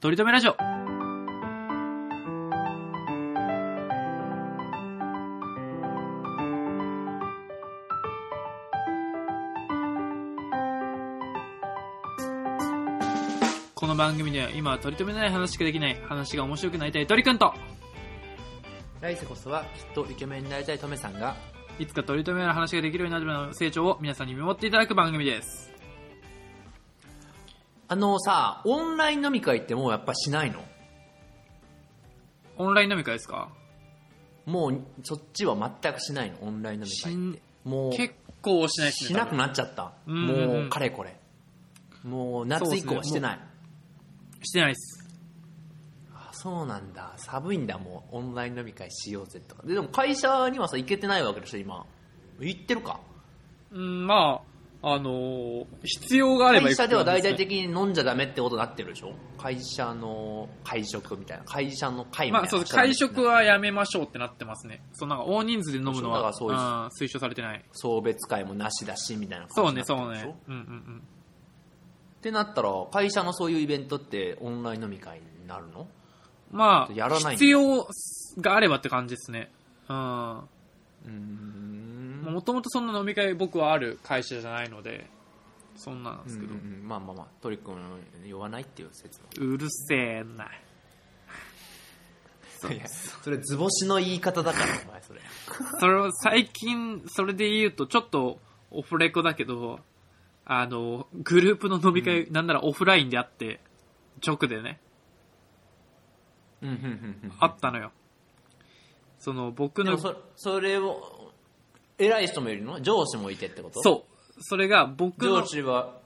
とりとめラジオ。この番組では今は取り留めない話しかできない話が面白くなりたい鳥くんと来世こそはきっとイケメンになりたいトメさんがいつか取り留めない話ができるようになるまでの成長を皆さんに見守っていただく番組ですあのさオンライン飲み会ってもうやっぱしないのオンライン飲み会ですかもうそっちは全くしないのオンライン飲みし会っんてもう結構しないですねしなくなっちゃったうんうんうんもうかれこれもう夏以降はしてないしてないですあそうなんだ寒いんだもうオンライン飲み会しようぜとかででも会社にはさ行けてないわけでしょ今行ってるかうんまああのー必要があれば会社では行く大って々感じすね的に飲んじゃダメってことになってるでしょ会社の会食みたいな会社の会みたいな、まあそうです会食はやめましょうってなってますねそうなんか大人数で飲むのだかはらそうですん推奨されてない送別会もなしだしみたいなそ感うねじになってそるうでしょねうんうんうんってなったら会社のそういうイベントってオンライン飲み会になるのまあやらないんだ必要があればって感じですねうんうーんもともとそんな飲み会僕はある会社じゃないのでそんなんですけど、うんうんうんまあまあまあ鳥くん酔わないっていう説もうるせえなそういやそれ図星の言い方だからお前それそれを最近それで言うとちょっとオフレコだけどあのグループの飲み会、なんならオフラインであって直でねうんうんうんうんあったのよその僕でのもそそそれを偉い人もいるの上司もいてってことううそれが僕の上司は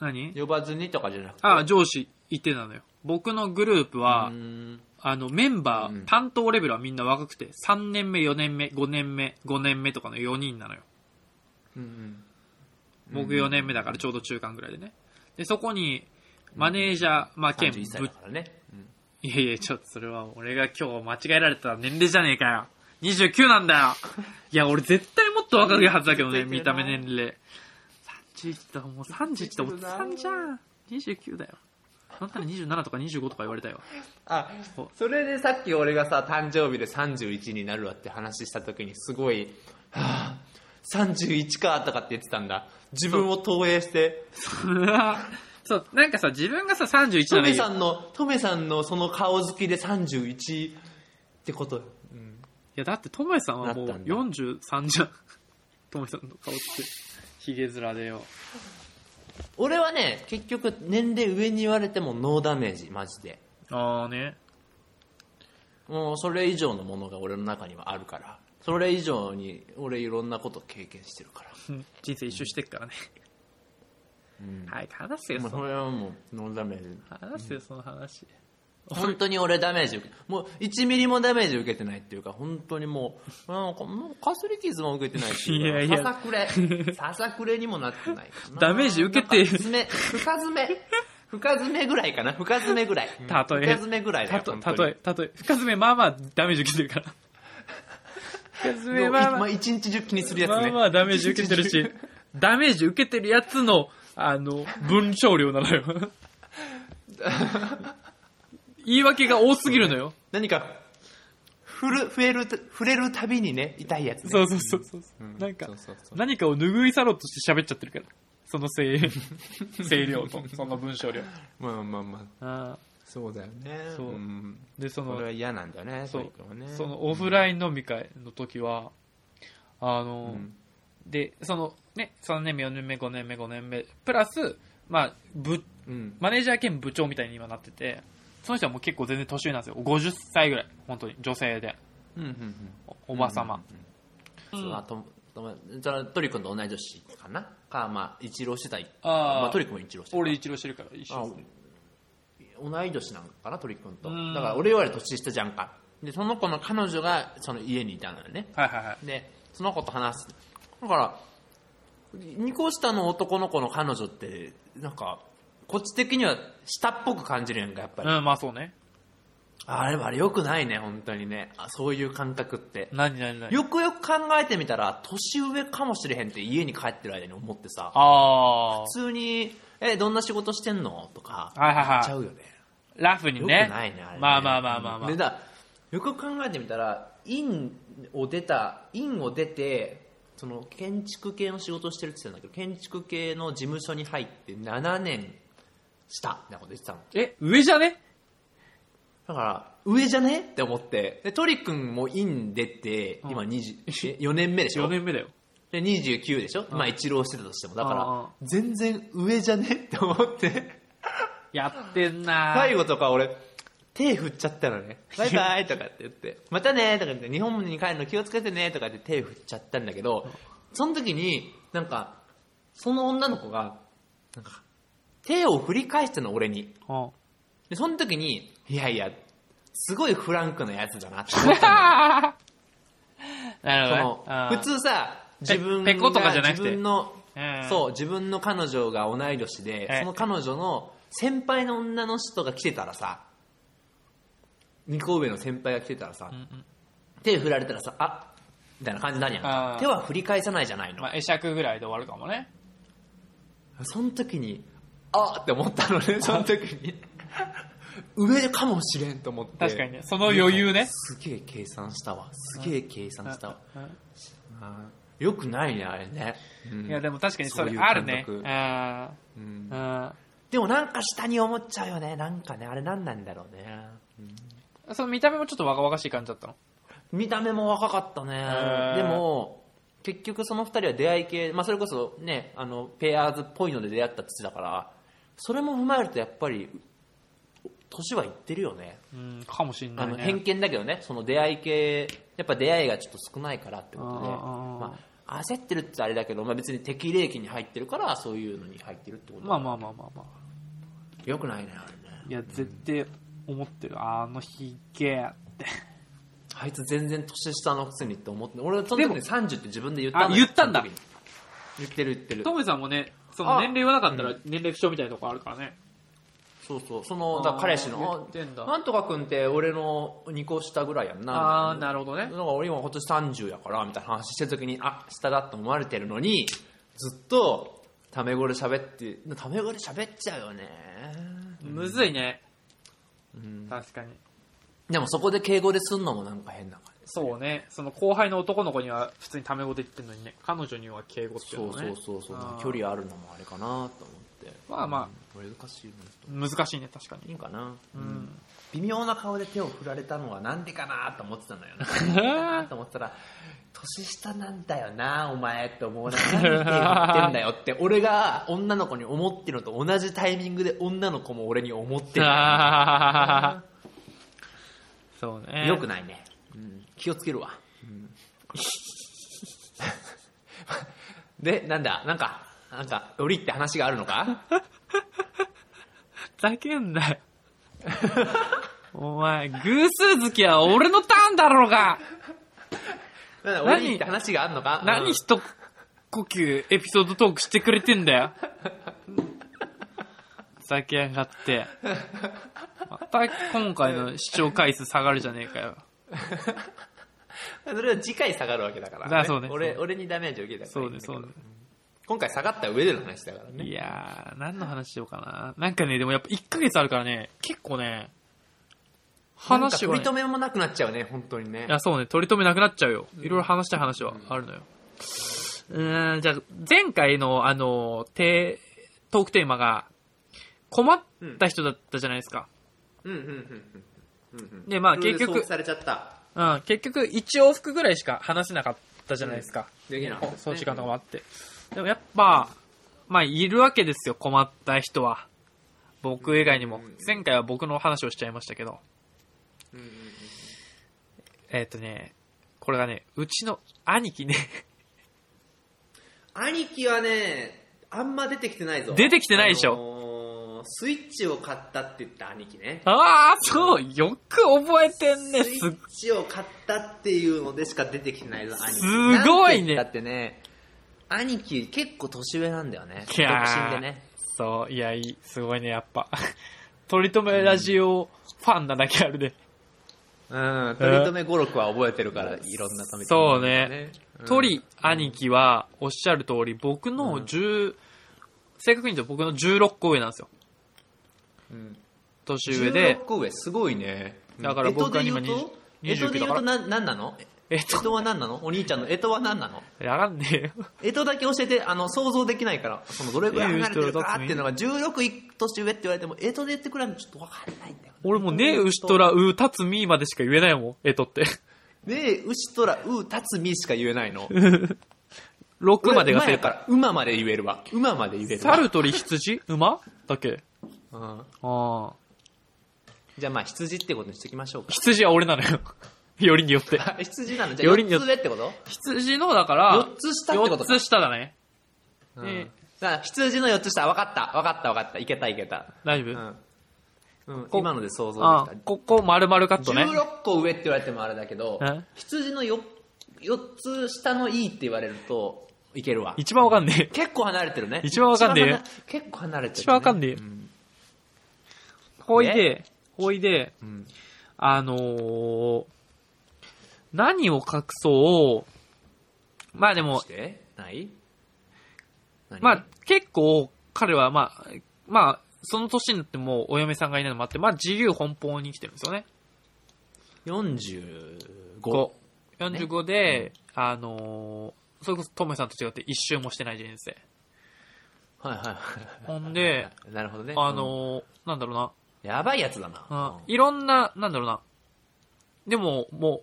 何呼ばずにとかじゃなくてあ上司言ってたのよ僕のグループは、うーんあの、メンバー、うん担当レベルはみんな若くて、3年目、4年目、5年目、5年目とかの4人なのよ。うんうん僕4年目だからちょうど中間ぐらいでね。で、そこに、マネージャー、まあ、兼31歳部だからね、うんいやいや、ちょっとそれは俺が今日間違えられた年齢じゃねえかよ。29なんだ よ。いや、俺絶対もっと若いはずだけどね、絶見対だたな目年齢。31だ、もう31だ、おっさんじゃん。29だよ。あんたら27とか25とか言われ たよ。あそうそれでさっき俺がさ誕生日で31になるわって話した時にすごい「はあ31か」とかって言ってたんだ自分を投影してうわそう、なんかさ、自分がさ、31トならいメいさよ。んのトメさんのその顔好きで31ってこといや、だって、ともえさんはもうなったんだ43じゃん。ともえさんの顔って、ひげ面でよ。俺はね結局年齢上に言われてもノーダメージマジであーね。もうそれ以上のものが俺の中にはあるからそれ以上に俺いろんなこと経験してるからうん人生一周してっからね。早く話せよ、もうそのそれはもうノーダメージ話せよ、その話。本当に俺ダメージ受けもう1ミリもダメージ受けてないっていうか本当にもうなんかもうかすり傷も受けてないしいやいやささくれささくれにもなってないか なダメージ受けてなんか爪深爪深爪ぐらいかな深爪ぐらいたとえ深爪ぐらいだたよと、本た当とにえ、たとえ。深爪、まあまあ、ダメージ受けてる から。深も爪、うまあままああ、一日中気にするやつねまあまあ、ダメージ受けてる一日し 中、ダメージ受けてるやつの、あの、文章量なの よ。言い訳が多すぎるのよ。何か振る触れる触れるたびにね痛いやつねそうそうそうそう。なんかそうそうそう、何かを拭い去ろうとして喋っちゃってるから。その 声、声量と、その文章量。まあまあまああそうだよねそうんーで、そそれのは、嫌なんだよねそトうリ君はねそのオフライン飲み会の時は、あうの、んで、そのね、3年目、4年目、5年目、5年目、プラス、まあ、部うんマネージャー兼部長みたいに今なってて、その人はもう結構全然年上なんですよ。50歳ぐらい、本当に、女性で、うんうんうんおおばさま。そううんあととそれはトリ君と同い年かなかまあ一浪してたいあーまあ、トリ君も一浪してる俺一郎してるから、一緒ですね。あ同い年なんかなトリ君とうんだから俺より年下じゃんかでその子の彼女がその家にいたのよねはいはいはい。でその子と話すだから2個下の男の子の彼女ってなんかこっち的には下っぽく感じるやんかやっぱり、うん、まあそうね。あれは良くないね、本当にね。あそういう感覚って。何何何よくよく考えてみたら、年上かもしれへんって家に帰ってる間に思ってさ、ああ普通に、え、どんな仕事してんのとか、はいはいはい言っちゃうよね。ラフによくねないね、あれねまあまあまあまあまあ、でだよくよく考えてみたら、院を出た、院を出て、その建築系の仕事をしてるって言ってたんだけど、建築系の事務所に入って7年した、みたいなこと言ってたの。え上じゃねだから、上じゃねって思って。で、トリ君も院出て、うん今20、4年目でしょ4年目だよで29でしょ、まあ一浪してたとしてもだかうんうんら全然上じゃねって思って やってんな最後とか俺手振っちゃった のねバイバイとかって言ってまたねとか言って日本に帰るの気をつけてねとかって手振っちゃったんだけどその時になんかその女の子がなんか手を振り返したの俺にうんでその時にいやいやすごいフランクなやつだなって 思ったのよな るそほのどねうん普通さ自分ペペコとかじゃなくて自分のうんそう自分の彼女が同い年で、はいその彼女の先輩の女の人が来てたらさ2個上の先輩が来てたらさ、うんうん手振られたらさあみたいな感じになるやんあかー手は振り返さないじゃないの、まあ会釈ぐらいで終わるかもねその時にあって思ったのねその時に上かもしれんと思って確かにねその余裕ねすげえ計算したわすげえ計算したわうんあーよくないねあれね、うんいやでも確かにそそういれうあるね感あうんーあでもなんか下に思っちゃうよねなんかねあれ何なんだろうねーその見た目もちょっと若々しい感じだったの見た目も若かったねーでも結局その2人は出会い系、まあ、それこそねあのペアーズっぽいので出会った父だからそれも踏まえるとやっぱり年はいってるよねうんかもしんなあいのね偏見だけどねその出会い系やっぱ出会いがちょっと少ないからってことであーあーまあ、焦ってるってあれだけど、まあ、別に適齢期に入ってるからそういうのに入ってるってことまあまあまあまあまあよくないねあれねいや、絶対思ってる。あのヒゲって。あいつ全然年下のくせにって思って俺はそでもの時に30って自分で言ったのよあ言ったんだその時に言ってる言ってるトムさんもね、そのあ年齢はなかったら年齢不詳みたいなとこあるからね。そうそうそのあーだから彼氏の言ってんだなんとか君って俺の2個下ぐらいやんなあー、なるほどだねか。ら俺今今年30やからみたいな話してる時にあ下だって思われてるのにずっとタメ語で喋ってタメ語で喋っちゃうよねむずいね。うん確かに。でもそこで敬語ですんのもなんか変な感じそうね。その後輩の男の子には普通にタメ語で言ってんのにね、彼女には敬語っていうそうのね。そうそうそうあー距離あるのもあれかなと思ってまあまうん難しいなと難しいね、確かに。いいかな、うん。微妙な顔で手を振られたのはなんでかなと思ってたのよ なと思ってたら年下なんだよなお前って思うながら何手振ってんだよって俺が女の子に思ってるのと同じタイミングで女の子も俺に思ってるあー そうね。よくないね、うん気をつけるわ、 でなんだなんかなんか折りって話があるの かふざけんなよ。 お前、偶数月は俺のターンだろうがなんだ折りって話があるのか何一呼吸エピソードトークしてくれてんだよ。ふざけやが って。また今回の視聴回数下がるじゃねえかよ。うん それは次回下がるわけだから、だそうね俺そ俺にダメージを受けたからそいういんね、だけそどうね。今回下がった上での話だからねいやー、何の話しようかな。なんかね、でもやっぱ1ヶ月あるからね、結構ね、話を、なねんか取り、留めもなくなっちゃうね本当にねいや、そうね、取り留めなくなっちゃうよ。いろいろ話したい話はあるのよ。うーん、じゃあ、前回の、あの、テートークテーマが、困った人だったじゃないですか。うんうんうんうんうんうんでまあいろいろ結局想起されちゃったうん、結局、1往復ぐらいしか話せなかったじゃないですか。できなかったねそう時間とかもあって。でもやっぱ、まあ、いるわけですよ、困った人は。僕以外にもうん。前回は僕の話をしちゃいましたけど。うんうんうんえっ、とね、これがね、うちの兄貴ね、兄貴はねあんま出てきてないぞ出てきてないでしょょスイッチを買ったって言った兄貴ね ああ、そう、よく覚えてんね、スイすっッチを買ったっていうのでしか出てきてないぞ兄貴すごいねだってね兄貴結構年上なんだよねい独やー身でね そう、いや、いい、すごいね、やっぱ。取り留めラジオファンなだけあるね。うん、取り留め語録は覚えてるから、いろんなためそうね。トりリ兄貴は、おっしゃる通り、僕の10、正確に言うと僕の16個上なんですよ。年上で16、個上、すごいね。だから僕が今20えとで言うと、えとで言うとな何なのえっえとは何なのお兄ちゃんのえとは何なのと、やらんねえよ。えとだけ教えて、あの、想像できないから、その、どれぐらい離れてるかっていうのが、16年上って言われても、えとで言ってくれるのちょっとわかんないんだよ。 俺もうねえ、うしとら、う、たつみまでしか言えないもん、 えとって。ねえ、うしとら、う、たつみしか言えな いの。 6までが俺馬正や解。から、馬まで言えるわ。馬まで言えるわ。猿、鳥、羊、馬だっけうん。ああ。じゃあまあ、羊ってことにしておきましょうか。羊は俺なのよ。 よりによって。あ羊なのじゃよありによ4っつ上ってこと 羊の、だから、 4つ下ってことか4つ下だね。うええんだから羊の4つ下、分かった、分かった、分かった、いけた、いけた。大丈う夫、ん。うん、こ今ので想像ああできここ丸々カッた。トね。 16個上って言われてもあれだけどうん、羊の 4, 4つ下のいいって言われると、いけるわ。一番わかんねえ。結構離れてるね。一番わかんねえ一番離結構離れてる、ね。一番わかんねえうんほいで、ほいで、うんあのー、何を隠そう。まあでもし、てない何まあ結構彼はまあ、まあ、その年になってもうお嫁さんがいないのもあって、まあ自由奔放に生きてるんですよね。 45。 45で、あのー、それこそトムさんと違って一周もしてない人生。はいはいはほんで、い。なるほどね。あのー、なんだろうな。うん、やばいやつだなあ。いろんな、なんだろうな。でも、もう、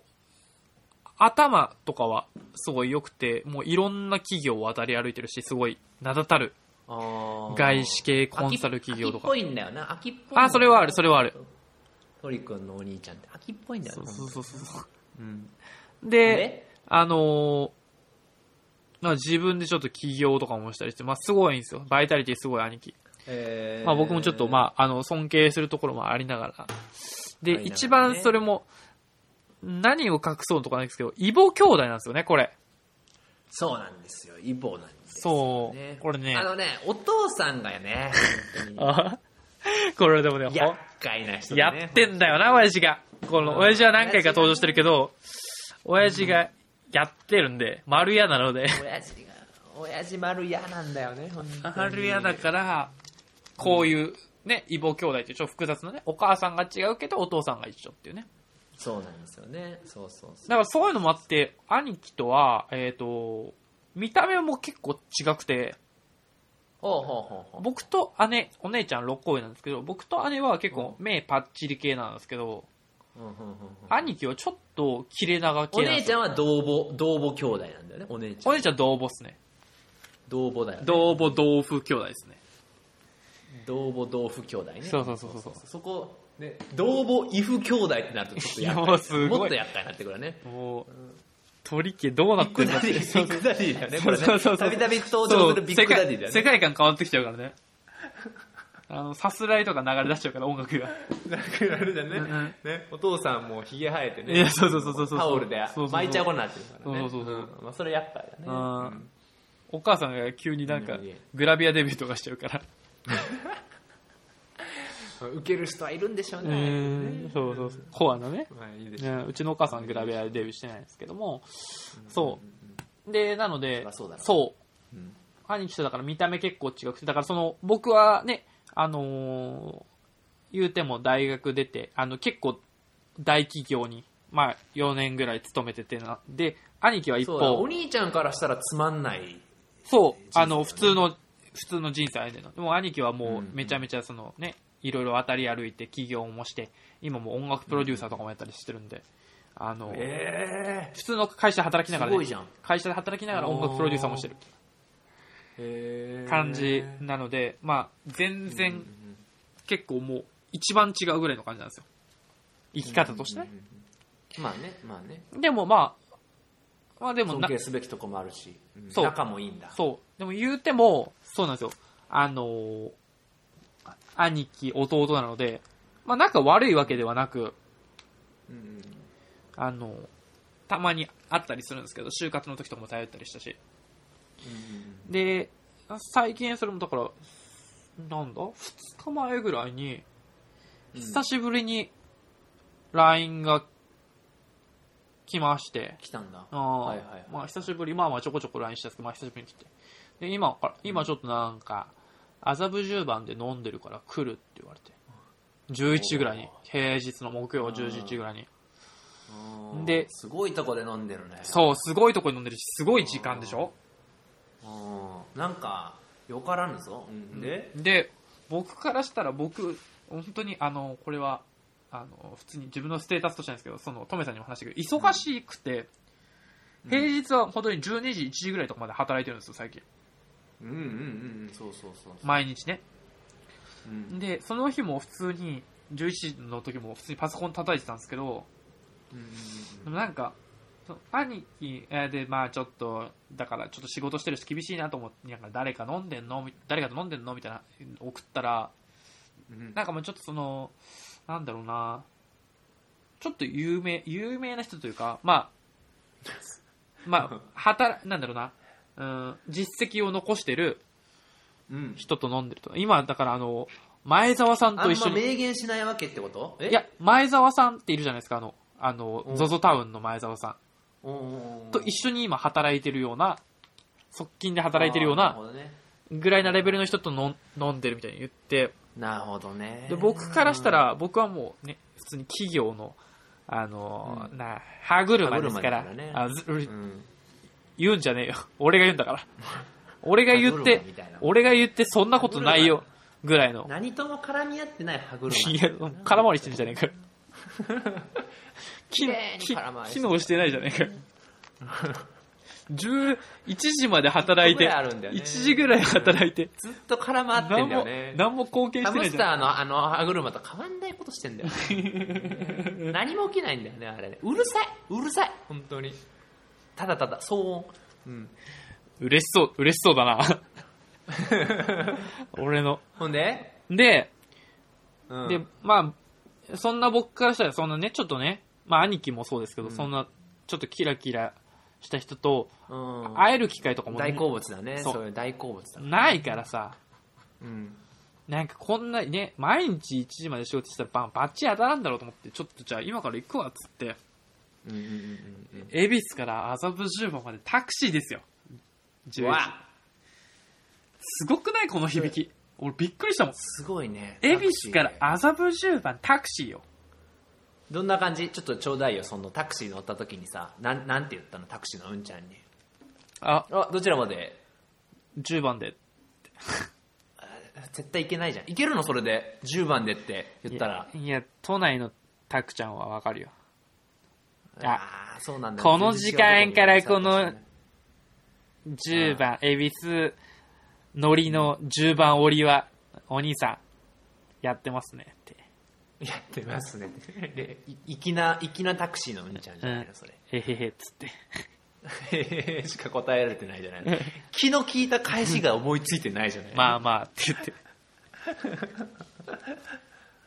頭とかはすごい良くて、もういろんな企業を渡り歩いてるし、すごい名だたる外外資系コンサル企業とか秋っぽいんだよな秋っぽいんだよあ、それはある、それはある。鳥くんのお兄ちゃんって秋っぽいんだよそな、うそうそうそうん、う。で、であのーまあ自分でちょっと起業とかもしたりして、まあすごいんですよ。バイタリティすごい兄貴。えーまあ僕もちょっと、まあ、あの、尊敬するところもありながら。で、ありながらね一番それも、何を隠そうとかないですけど、異母兄弟なんですよね、これ。そうなんですよイボなんですよそうこれねあのねお父さんがね本当 にあこれでもね、ほ厄介な人でやねってんだよな、親父が。この、親父は何回か登場してるけど、親父がやってるんで、丸屋なので。親父が親父丸嫌なんだよね本当に丸屋だから、こういう、ね、異母兄弟ってちょっと複雑なね、お母さんが違うけど、お父さんが一緒っていうね。そうなんですよねそうそうそうだからそういうのもあって、兄貴とは、えっ、と、見た目も結構違くて、ほうほうほうほう僕と姉、お姉ちゃん6個上なんですけど、僕と姉は結構目パッチリ系なんですけど、うんうんうんうん兄貴はちょっと切れ長お系なんで姉すちよ。ゃんは同母同母兄弟なんだよねお姉ちゃおん姉ちゃん同母っすね。同母だよね同母同父兄弟ですね。同母同父兄弟ねそうそうそうそうそこね同母異父兄弟ってなるとちょっと厄介いやすごいもっと厄介になってくるねもう、鳥家どうなっビッてグんだダってディビッグダディだよねこれねそうそうそうたびたび登場するビッグダディだ世界よね世界観変わってきちゃう からね。あの、さすらいとか流れ出しちゃうから、音楽が。な くなるじゃんねうんうんねお父さんもひげ生えていやそうそうそうそうそうタオルでそうそうそう巻いちゃうことになってるからねそうそうそううんまあそれ厄介だねあーうんお母さんが急になんかいやいや、グラビアデビューとかしちゃうから。受ける人はいるんでしょううねん、そうそうそう。コアなね。まあいいでしょうねうちのお母さんグラビアデビューしてないんですけども、そう。で、なのそでりゃ、そうだろうそううん兄貴とだから見た目結構違くて、だからその、僕はね、あのー言うても大学出て、あの、結構大企業に、まあ、4年ぐらい勤めててな、で、兄貴は一そうだお方、兄ちゃんからしたらつまんないそう、生だよねあの、普通の、普通の人生歩んでるの。でも兄貴はもう、うんめちゃめちゃそのね、いろいろ渡り歩いて起業もして、今もう音楽プロデューサーとかもやったりしてるんで、あのーえ普通の会社で働きながら、すごいじゃん会社で働きながら音楽プロデューサーもしてるえ感じなので、まあ、全然結構もう一番違うぐらいの感じなんですよ生き方としてね、まあねまあねでもまあまあでも尊な敬すべきとこもあるし、うんそう仲もいいんだそうでも言うてもそうなんですよあのー兄貴弟なのでまあ仲悪いわけではなくうんあのーたまに会ったりするんですけど就活の時とかも頼ったりしたしで、最近それもだから、なんだ ?2 日前ぐらいに、うん久しぶりに LINE が来まして、来たんだ。ああ、はいはいはいまあ久しぶり、まあまあちょこちょこ LINE したんですけど、まあ久しぶりに来て。で、今から、今ちょっとなんか、麻布十番で飲んでるから来るって言われて。11時ぐらいに、平日の木曜11時ぐらいに。うんですごいとこで飲んでるね。そう、すごいとこに飲んでるし、すごい時間でしょうん。なんか、よからぬぞ。うんで、で、僕からしたら僕、本当にあの、これは、あの、普通に自分のステータスとしてなんですけど、その、トメさんにも話したけど、忙しくて、平日は本当に12時、1時ぐらいとかまで働いてるんですよ、最近。うんうんうんうん、そうそうそう。毎日ね。うんで、その日も普通に、11時の時も普通にパソコン叩いてたんですけど、うんうんでもなんか、その兄貴えーで、まあちょっと、だからちょっと仕事してるし厳しいなと思って、なんか誰か飲んでんのみ誰かと飲んでんのみたいな、送ったら、うんうんなんかもうちょっとその、なんだろうな、ちょっと有名、有名な人というか、 まあ、まあ、働、なんだろうな、うん、実績を残してるうん。人と飲んでると。今、だからあの、前澤さんあとん一緒まに、明言しないわけってことえいや、、前澤さんっているじゃないですか、あの、あのう、ん ZOZO タウンの前澤さうんんと一緒に今働いてるような、側近で働いてるようあーななるほどね。ぐらいなレベルの人と飲ん飲んでるみたいに言って、なるほどね。で僕からしたら、僕はもうね、普通に企業の、あのー、うんな、歯車ですから、歯車ですからねあずうん、うん。言うんじゃねえよ。俺が言うんだ から。俺が言って歯車みたいな、俺が言ってそんなことないよ、ぐらいの。何とも絡み合ってない歯車。いや、空回りしてんじゃねえかよ。機綺麗に空回りして機る能してないじゃね えかよ。11時まで働いて、ちょっとぐらいあるんだよね1時ぐらい働いて、ずっと絡まって何んだもよね、。何も貢献しハてなムいスじタゃん。ーのあの歯車と変わんないことしてんだよ ね。何も起きないんだよね、あれね。うるさい、うるさい、本当に。ただただ、騒 音。うん。嬉しそう、嬉しそうだな。 俺の。ほんで、で、うん、で、まあ、そんな僕からしたら、そんなね、ちょっとね、まあ、兄貴もそうですけど、そんな、ちょっとキラキラした人と、うん、会える機会とかも、大好物だね。そうそういう大好物だ。ないからさ、うん。なんかこんなね、毎日1時まで仕事してたらバン、バッチ当たらんだろうと思って、ちょっとじゃあ今から行くわ、っつって、うんうんうんうん恵比寿から麻布十番までタクシーですよ。う11ん。わ、すごくないこの響き。俺びっくりしたもん。すごいね。恵比寿からタクシー麻布十番タクシーよ。どんな感じちょっとちょうだいよ、そのタクシー乗った時にさ、なん、なんて言ったの、タクシーのうんちゃんに。あ、あ、どちらまで10番で。絶対行けないじゃん。行けるのそれで。10番でって言ったら。いや、いや都内のタクちゃんはわかるよ。ああー、そうなんだ。この時間からこの10番、恵比寿乗りの10番折りは、お兄さん、やってますねって。やってますね。で、い粋な、粋なタクシーのうんちゃんじうゃんないの、それ。えへへ、つって。へへへしか答えられ てないじゃな いの。気の利いた返しが思いついてないじゃない。まあまあ、って言って。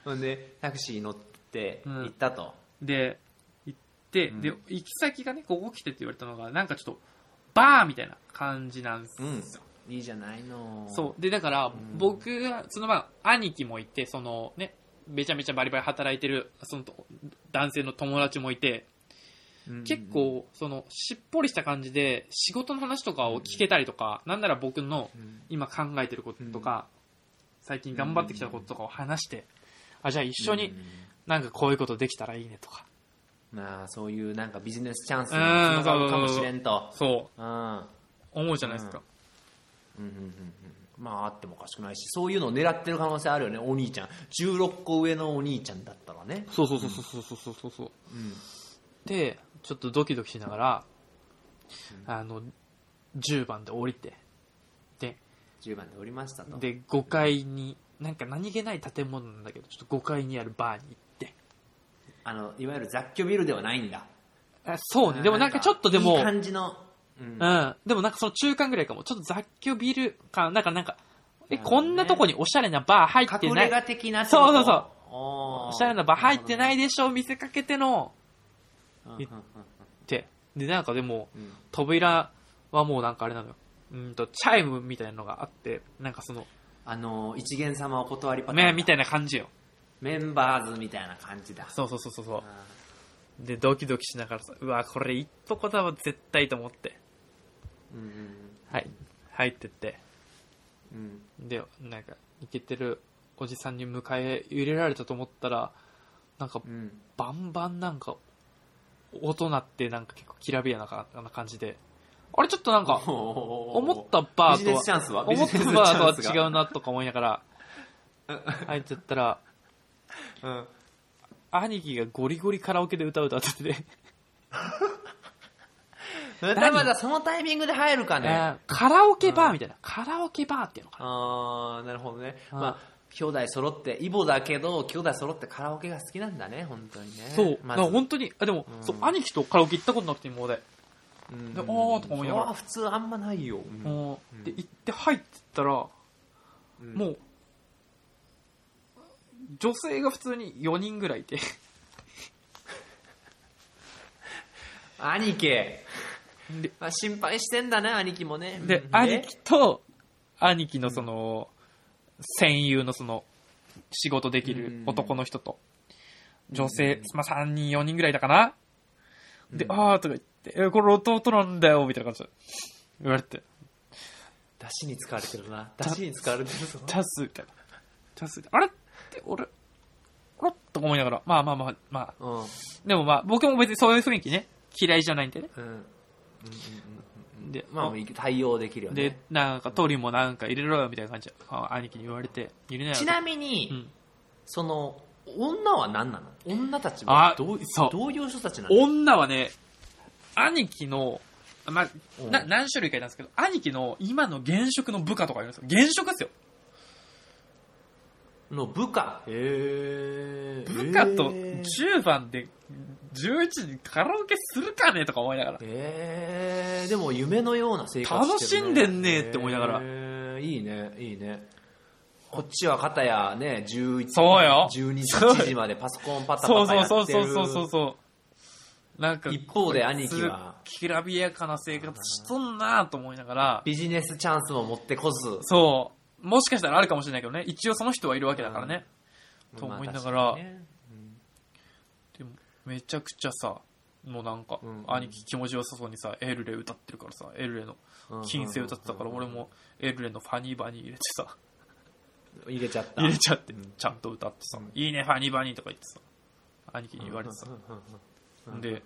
ほんで、タクシー乗ってうん行ったと。で、行って、うんで、行き先がね、ここ来てって言われたのが、なんかちょっと、バーみたいな感じなんですうよ。ん。いいじゃないの。そう。で、だから、ん僕が、そのまあ、兄貴もいて、そのね、めちゃめちゃバリバリ働いてる、そのと男性の友達もいて、うん。結構、その、しっぽりした感じで、仕事の話とかを聞けたりとか、なんなら僕のうん。今考えてることとか、最近頑張ってきたこととかを話して、あ、じゃあ一緒うにん。なんかこういうことできたらいいねとか。まあ、そういうなんかビジネスチャンスにつながるかもしれんと。そうん。う、思うじゃないですか。うんうんうんうんまああってもおかしくないしそういうのを狙ってる可能性あるよねお兄ちゃん16個上のお兄ちゃんだったらねそうそうそうそうそうそうそうそう。うんで、ちょっとドキドキしながら、あの、10番で降りて、で、 10番でおりましたとで、5階に、なんか何気ない建物なんだけど、ちょっと5階にあるバーに行って、あのいわゆる雑居ビルではないんだあそうね、でもなんかちょっとでも、いい感じのうんうん。でもなんかその中間ぐらいかも。ちょっと雑居ビル感、なんかなんか、え、なるほこどねんなとこにおしゃれなバー入って隠なれい。家的なそうそうそうおおしゃれなバー入ってないいでしょ、見せかけての。うんうんうんって。で、なんかでも、うん扉はもうなんかあれなのよ。うんと、チャイムみたいなのがあって、なんかその、あの一元様お断りパターン目だみたいな感じよ。メンバーズみたいな感じだそうそうそうそうそう。あで、ドキドキしながらさ、うわ、これ一歩だわ、絶対と思って。うんはい。入ってって。うんうんで、なんか、イケてるおじさんに迎え入れられたと思ったら、なんかう、んバンバンなんか、大人ってなんか結構きらびやなかな感じで、あれちょっとなんか、思思ったバービジとネスチャンスは、は思ったビジネスバチャンースとがは違うなとか思いながら、入っちゃったら、うん兄貴がゴリゴリカラオケで歌う歌ってて、まだまだそのタイミングで入るかねあーカラオケバーみたいな、カラオケバーっていうのかな。あーなるほどね、うんまあ兄弟揃ってイボだけど兄弟揃ってカラオケが好きなんだね本当にねそう、まだずから本当に、あでも、うんそう、兄貴とカラオケ行ったことなくて、今まで。うんでおーとか思いながらそう普通あんまないよ、うんもううんで、行って入ってったら、うんもう、女性が普通に4人ぐらいいて、兄貴でまあ、心配してんだね兄貴もねで、うん兄貴と、兄貴のその、戦友のその、仕事できる男の人と、女性、まあ、3人、4人ぐらいだかなで、うんあーとか言って、え、これ弟なんだよ、みたいな感じで、言われて、出汁に使われてるな出汁に使われてるぞチャンス、みたいな。チャンス、あれって、俺、あれとか思いながら、まあまあまあ、まあ、うんうんでもまあ、僕も別にそういう雰囲気ね、嫌いじゃないんでね。うんうんうんうんでまあもう対応できるよでね、なんか、トリもなんか入れろよ、みたいな感じで、あ兄貴に言われて、入れないちなみに、うんその女は何なの女たちあはどうそうどういう人たちなの女はね、兄貴の、まあ、うんな何種類かいたんですけど、兄貴の今の現職の部下とかいるんですよ。現職ですよ。の部下へえ部下とへ10番で11時にカラオケするかねとか思いながら。えでも夢のような生活してる、楽しんでんねって思いながらへえいいねいいねこっちは片やね11そうよ12時そう1時までパソコンパタそパうタそやうそうってそるうそうそうそう。なんか、一方で兄貴はきらびやかな生活しとんなと思いながら、ビジネスチャンスも持ってこずそう。もしかしたらあるかもしれないけどね。一応その人はいるわけだからね。と思いながらまあ確かにねでも、めちゃくちゃさ、もうなんかうんう、ん兄貴気持ちよさそうにさ、エルレ歌ってるからさ、エルレのうん金星歌ってたから、俺もエルレのファニーバニー入れてさ、入れちゃった入れちゃってうん、ちゃんと歌ってさうん、いいね、ファニーバニーとか言ってさ、兄貴に言われてさう、んうんうんうんで、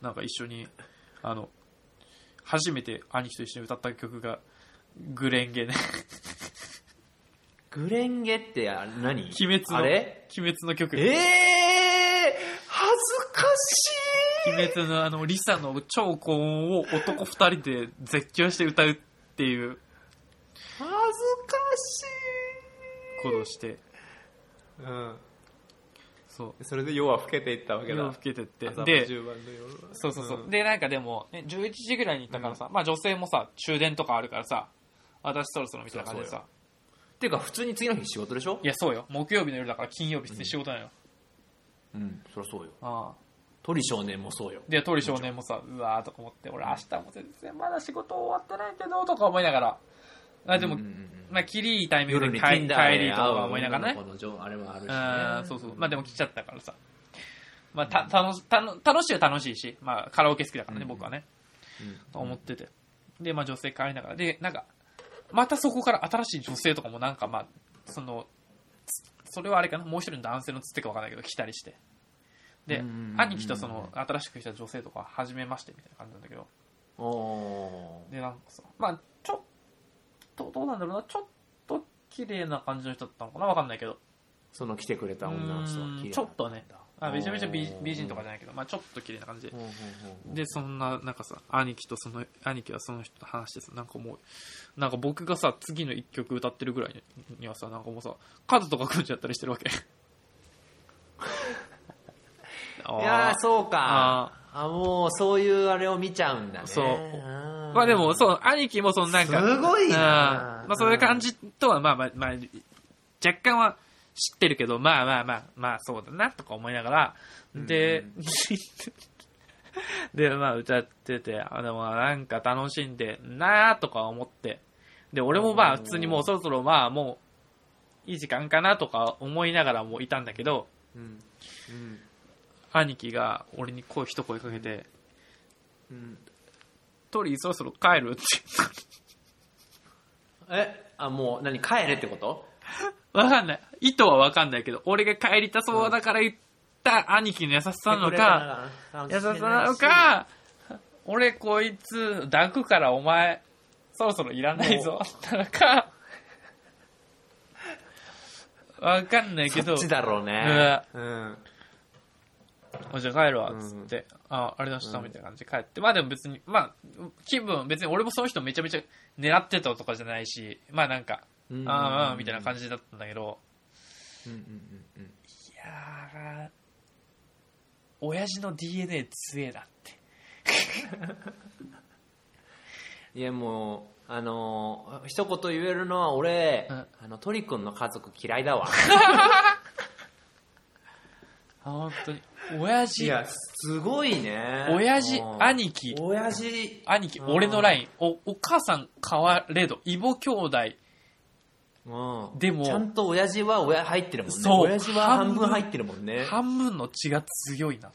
なんか一緒に、あの、初めて兄貴と一緒に歌った曲が、グレン ゲね。グレンゲってあれ何鬼滅の、あれ鬼滅の曲。ええ恥ずかしい鬼滅のあの、リサの超高音を男二人で絶叫して歌うっていう恥ずかしことをして、いうんそう。それで夜は更けていったわけ夜をだ更けてって朝。ので、 10番の夜はそうそうそう。んで、なんかでも、ね、11時ぐらいに行ったからさ、まあ女性もさ、終電とかあるからさ、私そろそろみたいな感じでそうさ、っていうか普通に次の日仕事でしょいや、そうよ。木曜日の夜だから金曜日って仕事なのよ。うんそりゃそうよああ鳥少年もそうよで、通り少年もさ、うわーとか思って、俺明日も全然まだ仕事終わってないけど、とか思いながら、あでも、うんうんうんまあ、きりいいタイミング夜でに帰 Tinder 帰でりと会うか思いながらね。女の子の情あれもあるしねあーそうそう。まあでも来ちゃったからさ。まあた、楽し、たの楽しいは楽しいし、まあカラオケ好きだからね、うん僕はね。うんと思ってて。で、まあ女性帰りながら。で、なんか、またそこから新しい女性とかもなんかまあ、その、つそれはあれかな、もう一人の男性のつってかわかんないけど、来たりして。でうんうんうんう、ん兄貴とその、新しく来た女性とか、初めましてみたいな感じなんだけど。おーで、なんかさ、まあ、ちょっと、どうなんだろうな、ちょっと綺麗な感じの人だったのかな、わかんないけど。その来てくれた女の人はう綺麗なんんちょっとねあめちゃめちゃ美おー美人とかじゃないけど、まあ、ちょっと綺麗な感じでうんうんうんでそんななんかさ兄貴とその兄貴はその人と話してさなんかもうなんか僕がさ次の1曲歌ってるぐらいにはさなんかもうさ数とか組んじゃったりしてる わけあーいやーそうかああもうそういうあれを見ちゃうんだねそうあーまあでもそう兄貴もそのなんかすごいなうんまあそういう感じとはまあまあまあ若干は知ってるけどまあまあまあまあそうだなとか思いながらで、 うでまあ歌っててあでもなんか楽しんでんなとか思ってで俺もまあうん普通にもうそろそろまあもういい時間かなとか思いながらもいたんだけどうんうん兄貴が俺にこう一声かけて、うん、トリーそろそろ帰るって言っえあもう何帰れってことた。わかんない。意図はわかんないけど、俺が帰りたそうだから言った兄貴の優しさなのか、えこれから優しさなのか、俺こいつ抱くからお前、そろそろいらないぞ、なのか、わかんないけそど、っちだろうねうんおじゃあ帰るわ、つって、あ、ありがとうございました、みたいな感じで帰って、まあでも別に、まあ、気分、別に俺もその人めちゃめちゃ狙ってたとかじゃないし、まあなんか、うんうんあーあーみたいな感じだったんだけど、うんうんうんうんいやー、親父の DNA 強えなって。いやもうあのー一言言えるのは俺、うんあのトリ君の家族嫌いだわあ、本当に。親い父、やすごいね親父う、ん兄貴、親父兄貴、うん俺のライン、お、お母さん変われど、異母兄弟、うんでもちゃんと親父は親入ってるもんねそう親父は半分入ってるもんね半分の血が強いな。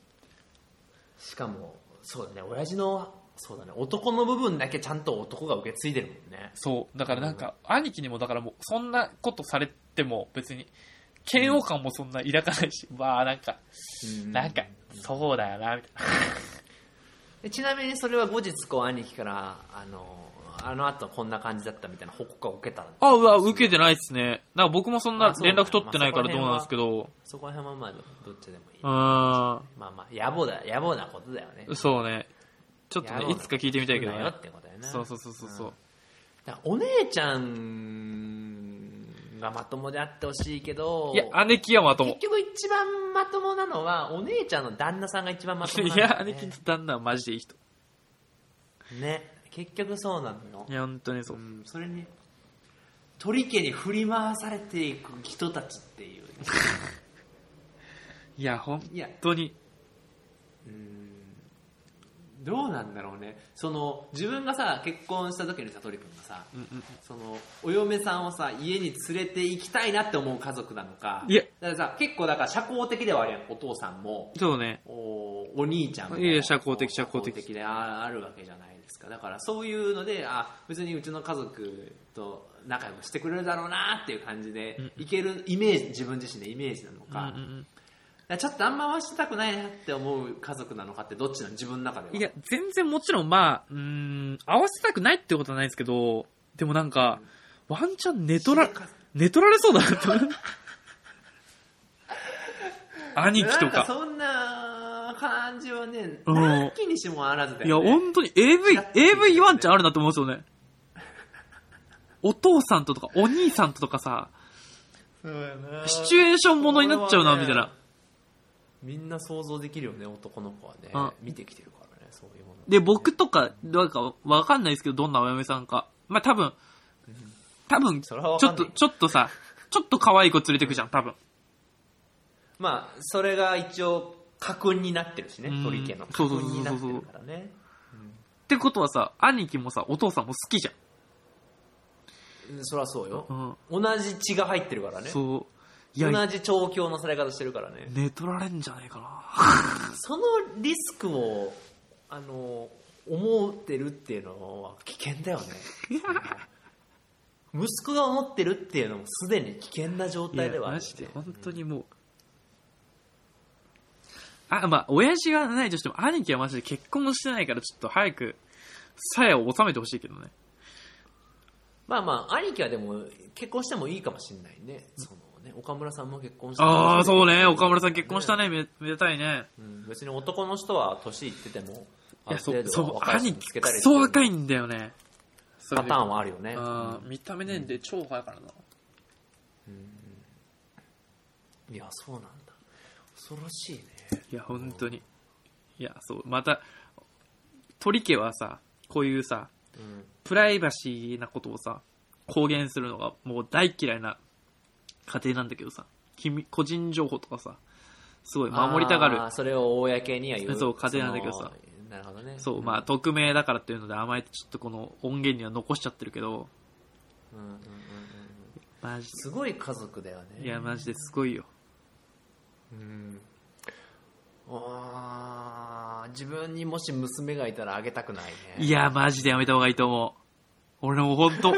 しかもそうだね親父のそうだね男の部分だけちゃんと男が受け継いでるもんねそう。だからなんか、兄貴にも、だからもう、そんなことされても別に、嫌悪感もそんな抱かないし、まあなんか、なんか、そうだよな、みたいな。でちなみにそれは後日こう兄貴からあのあの後こんな感じだったみたいな報告を受けたのあ、うわ、受けてないっすね。なんか僕もそんなあそう連なんだ絡取ってないからどうなんですけど、そこら辺はまあどっちでもいい、うーん、まあまあ野暮だ野暮なことだよねそうね。ちょっと野ね、郎いつか聞いてみたいけどなよねっ。てことだよねそうそうそうそうそう。だからお姉ちゃんがまともであってほしいけどいや、姉貴はまとも結。局一番まともなのはお姉ちゃんの旦那さんが一番まともないんだよや、ね姉貴の旦那はマジでいい人。ね結局そうなのよいや、本当にそう。うんそれに鳥家に振り回されていく人たちっ ていうねいや、本いや当に。どうなんだろうねその自分がさ結婚した時にさ鳥くんがさ、うんうんそのお嫁さんをさ家に連れて行きたいなって思う家族なのかいやだからさ結構だから社交的ではあるやんお父さんもそうね。おお兄ちゃんもいやいや社交的社交的でああるわけじゃないですかだからそういうのであ別にうちの家族と仲良くしてくれるだろうなっていう感じで、いけるイメージ自分自身でイメージなのうんうか,、だかんらちょっとあんま回したくないなって思う家族なのかってどっちなの自分の中ではうん。いや、全然もちろん、まあ、うーん、合わせたくないってことはないですけど、でもなんか、ワンチャン寝取ら、寝取られそうだなって 思う。兄貴となんかか。そんな感じはねうん何気にしもあらずだいや、よ、ね、本当に AV だっ、て AV ワンチャンあるなと思うんですよね。お父さんととか、お兄さんととかさ、そうやなシチュエーションものになっちゃうな、みたいな。みんな想像できるよね男の子はねうん見てきてるからねそういうもので、僕とか、なんか、わかんないですけど、どんなお嫁さんか。まあ、多分、多分、ちそれはょわっかんないと、ちょっとさ、ちょっと可愛い子連れてくじゃん、多分。まあそれが一応家訓になってるしねうん鳥家の家そうそう訓そうそうになってるからねってことはさ、兄貴もさ、お父さんも好きじゃうんそりゃそうよん。うん。同じ血が入ってるからねそう。いや、同じ調教のされ方してるからね寝取られんじゃねえかそのリスクをあの思ってるっていうのは危険だよね息子が思ってるっていうのもすでに危険な状な。態いでや、はあるマよねジで、本当にもう。あ、まあ、親父がないとしても、兄貴はマジで結婚もしてないから、ちょっと早く、さやを収めてほしいけどね。まあまあ兄貴はでも結婚してもいいかもしれないねそのね岡村さんも結婚してああ、そうね。岡村さん結婚したね。め、めでたいね。うん別に男の人は年いっててもいあや、るそ程う、度そうは、若い人兄見つ貴、けたクりソす若るいんだよね。それパでターンはあるよねあー見た目年齢超若いからな。いやそうなんだ恐ろしいねいや、本当に。いや、そう、また、鳥家はさ、こういうさ、うんプライバシーなことをさ、公言するのがもう大嫌いな家庭なんだけどさ、君個人情報とかさ、すごい守りたがるあ。ーそれを公には言うそう家庭なんだけどさそのなるほどねそう、まあ、匿名だからっていうので甘えてちょっとこの音源には残しちゃってるけど、うんうんうんうんうんマジすごい家族だよねで。いや、マジですごいよ。うんあー自分にもし娘がいたらあげたくないね。いや、マジでやめた方がいいと思う。俺もほんと、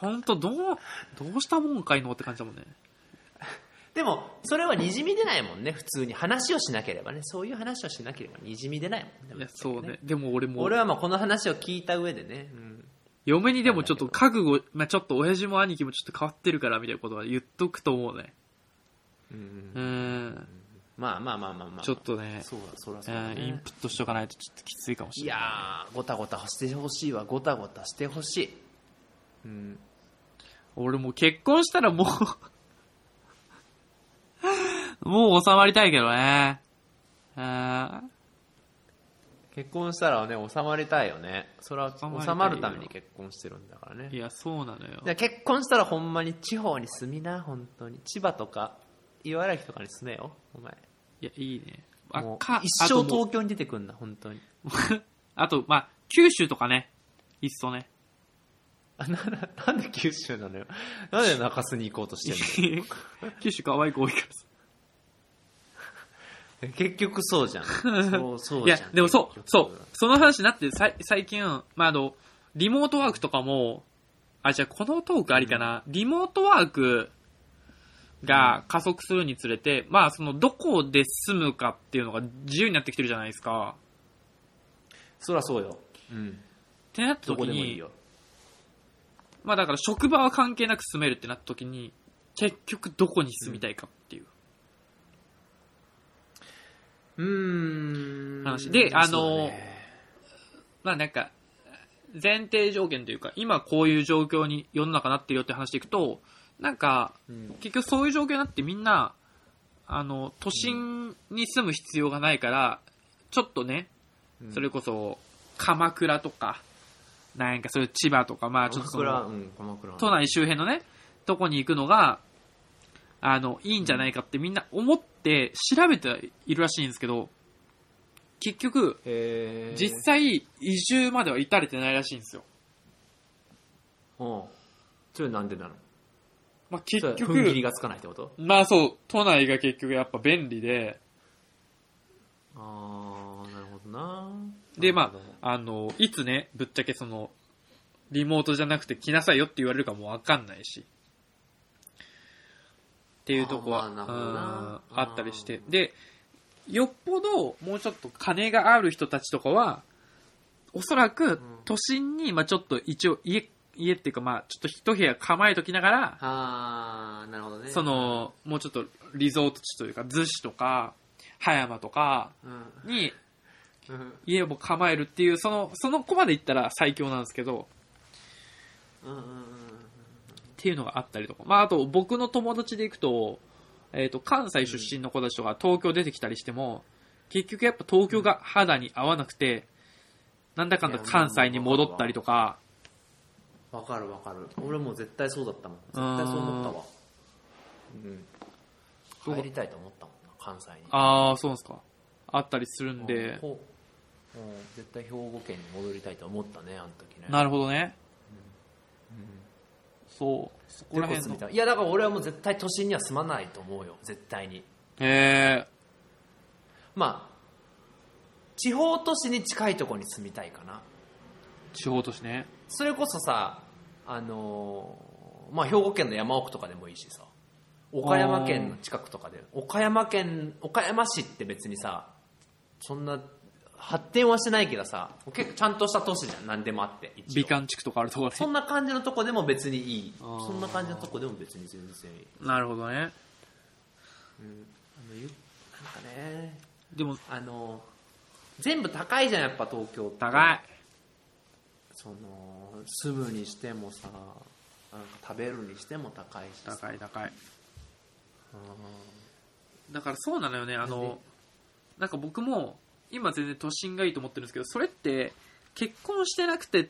ほんと、どう、どうしたもんかいのって感じだもんね。でも、それはにじみ出ないもんね、普通に。話をしなければね。そういう話をしなければにじみ出ないもんいねや、。そうね。でも俺も、俺はまあこの話を聞いた上でね。うん嫁にでもちょっと覚悟、まあちょっと親父も兄貴もちょっと変わってるからみたいなことは言っとくと思うね。うんうーん。まあまあまあまあまあ。ちょっとね、そうだ、そらそううだんねインプットしとかないとちょっときついかもしいれない。やー、ごたごたしてほしいわ、ごたごたしてほしい。うん。俺もう結婚したらもう、 もう収まりたいけどね。うーん。結婚したらね、収まりたいよね。それは収まりたいよ収まるために結婚してるんだからね。いや、そうなのよい。や結婚したらほんまに地方に住みな、本当に。千葉とか、茨城とかに住めよ、お前。いや、いいね。あもうか一あと生もう東京に出てくんな、本当に。あと、まあ、九州とかね。いっそね。あなななんで九州なのよ。なんで中洲に行こうとしてん 九州可愛い子多いからさの結局そ うじゃん。そう、そういじゃやん。、でもそう、結局そう。その話になって、さい最近、まあ、あの、リモートワークとかも、あ、じゃあこのトークありかな。リモートワークが加速するにつれて、まあ、その、どこで住むかっていうのが自由になってきてるじゃないですか。そらそうよ。うん。ってなったどこ時でもいいに、よ。まあだから職場は関係なく住めるってなった時に、結局どこに住みたいかっていう。うーん。話であのそうだねまあなんか、前提条件というか、今こういう状況に世の中なってるよって話でいくと、なんか、うん結局そういう状況になってみんな、あの、都心に住む必要がないから、ちょっとね、うんそれこそ、鎌倉とか、なんかそういう千葉とか、まあちょっとそ鎌の倉、うん、鎌倉。都内周辺のね、とこに行くのが、あの、いいんじゃないかってみんな思って調べているらしいんですけど、結局、へー実際、移住までは至れてないらしいんですよ。うん。それなんでなのまあ、結それは踏ん切り局、がつかないってことまあそう、都内が結局やっぱ便利で、あー、なるほどなで、なまるほどあ、あの、いつね、ぶっちゃけその、リモートじゃなくて来なさいよって言われるかもわかんないし。っていうとこは、あーまあなるほどなうんあったりして。うで、よっぽど、もうちょっと金がある人たちとかは、おそらく、都心に、まあちょっと一応家、家っていうか、まあちょっと一部屋構えときながら、あー、なるほどね。そ、の、もうちょっとリゾート地というか、逗子とか、葉山とかうん。にうん。家を構えるっていう、その、その子まで行ったら最強なんですけど、うんうんうん。っていうのがあったりとか。まあ、あと僕の友達で行くと、えっ、と、関西出身の子たちとか東京出てきたりしても、結局やっぱ東京が肌に合わなくて、なんだかんだ関西に戻ったりとか、わかるわかる。俺もう絶対そうだったもん。絶対そう思ったわ。うん。入りたいと思ったもんな、関西に。ああ、そうなんですか。あったりするんうんで、こううん絶対兵庫県に戻りたいと思ったね、あの時ね。なるほどね。そう。そこら辺結構住のみ。たいいやだから俺はもう絶対都心には住まないと思うよ絶対にへえ。まあ地方都市に近いところに住みたいかな地方都市ね。それこそさあのーまあ兵庫県の山奥とかでもいいしさ岡山県の近くとかで岡山県岡山市って別にさそんな発展はしてないけどさ結構ちゃんとした都市じゃん何でもあって一応美観地区とかあるところそんな感じのとこでも別にいいあーそんな感じのとこでも別に全然いいなるほどね。あのゆなんかねでも、あの全部高いじゃんやっぱ東京って高い。その住むにしてもさなんか食べるにしても高いしさ高い高い。うんだからそうなのよね、あの、なんか僕も、今全然都心がいいと思ってるんですけど、それって、結婚してなくてっ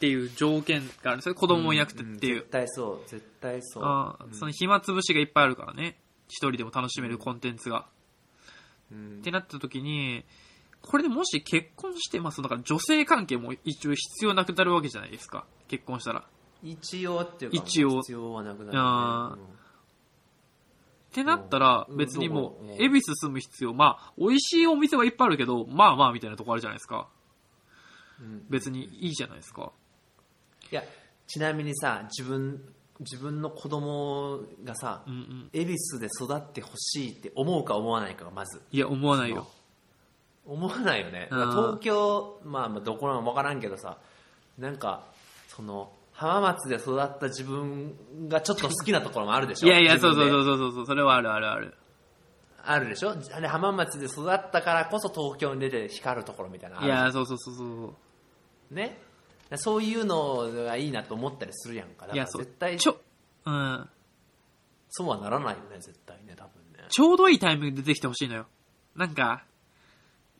ていう条件があるんですよ。子供もいなくてっていんう絶。対そう絶対そうあーうんその暇つぶしがいっぱいあるからね。一人でも楽しめるコンテンツが。うんってなった時に、これでもし結婚して、まあ、そのだから女性関係も一応必要なくなるわけじゃないですか。結婚したら。一応っていうか一応必要はなくなるあーねってなったらうん別にもうんどこう、恵比寿住む必要、まあ、美味しいお店はいっぱいあるけど、まあまあみたいなとこあるじゃないですか。うん別にいいじゃないですか。いやちなみにさ自分自分の子供がさ、うんうん。恵比寿で育ってほしいって思うか思わないかがまずいや、思わないよ。思わないよね、うん東京、まあ、まあどこなのか分からんけどさなんかその浜松で育った自分がちょっと好きなところもあるでしいょやいや、自そう分そでうそうそうそう、それはあるあるある。あるでしょあれ浜松で育ったからこそ東京に出て光るところみたいなのあいるや、そうそうそうそう。ねそういうのがいいなと思ったりするやんかだいからや、そう。絶対ちょ、うん。そうはならないよね絶対ね多分ねちょうどいいタイミングで出てきてほしいのよ。なんか、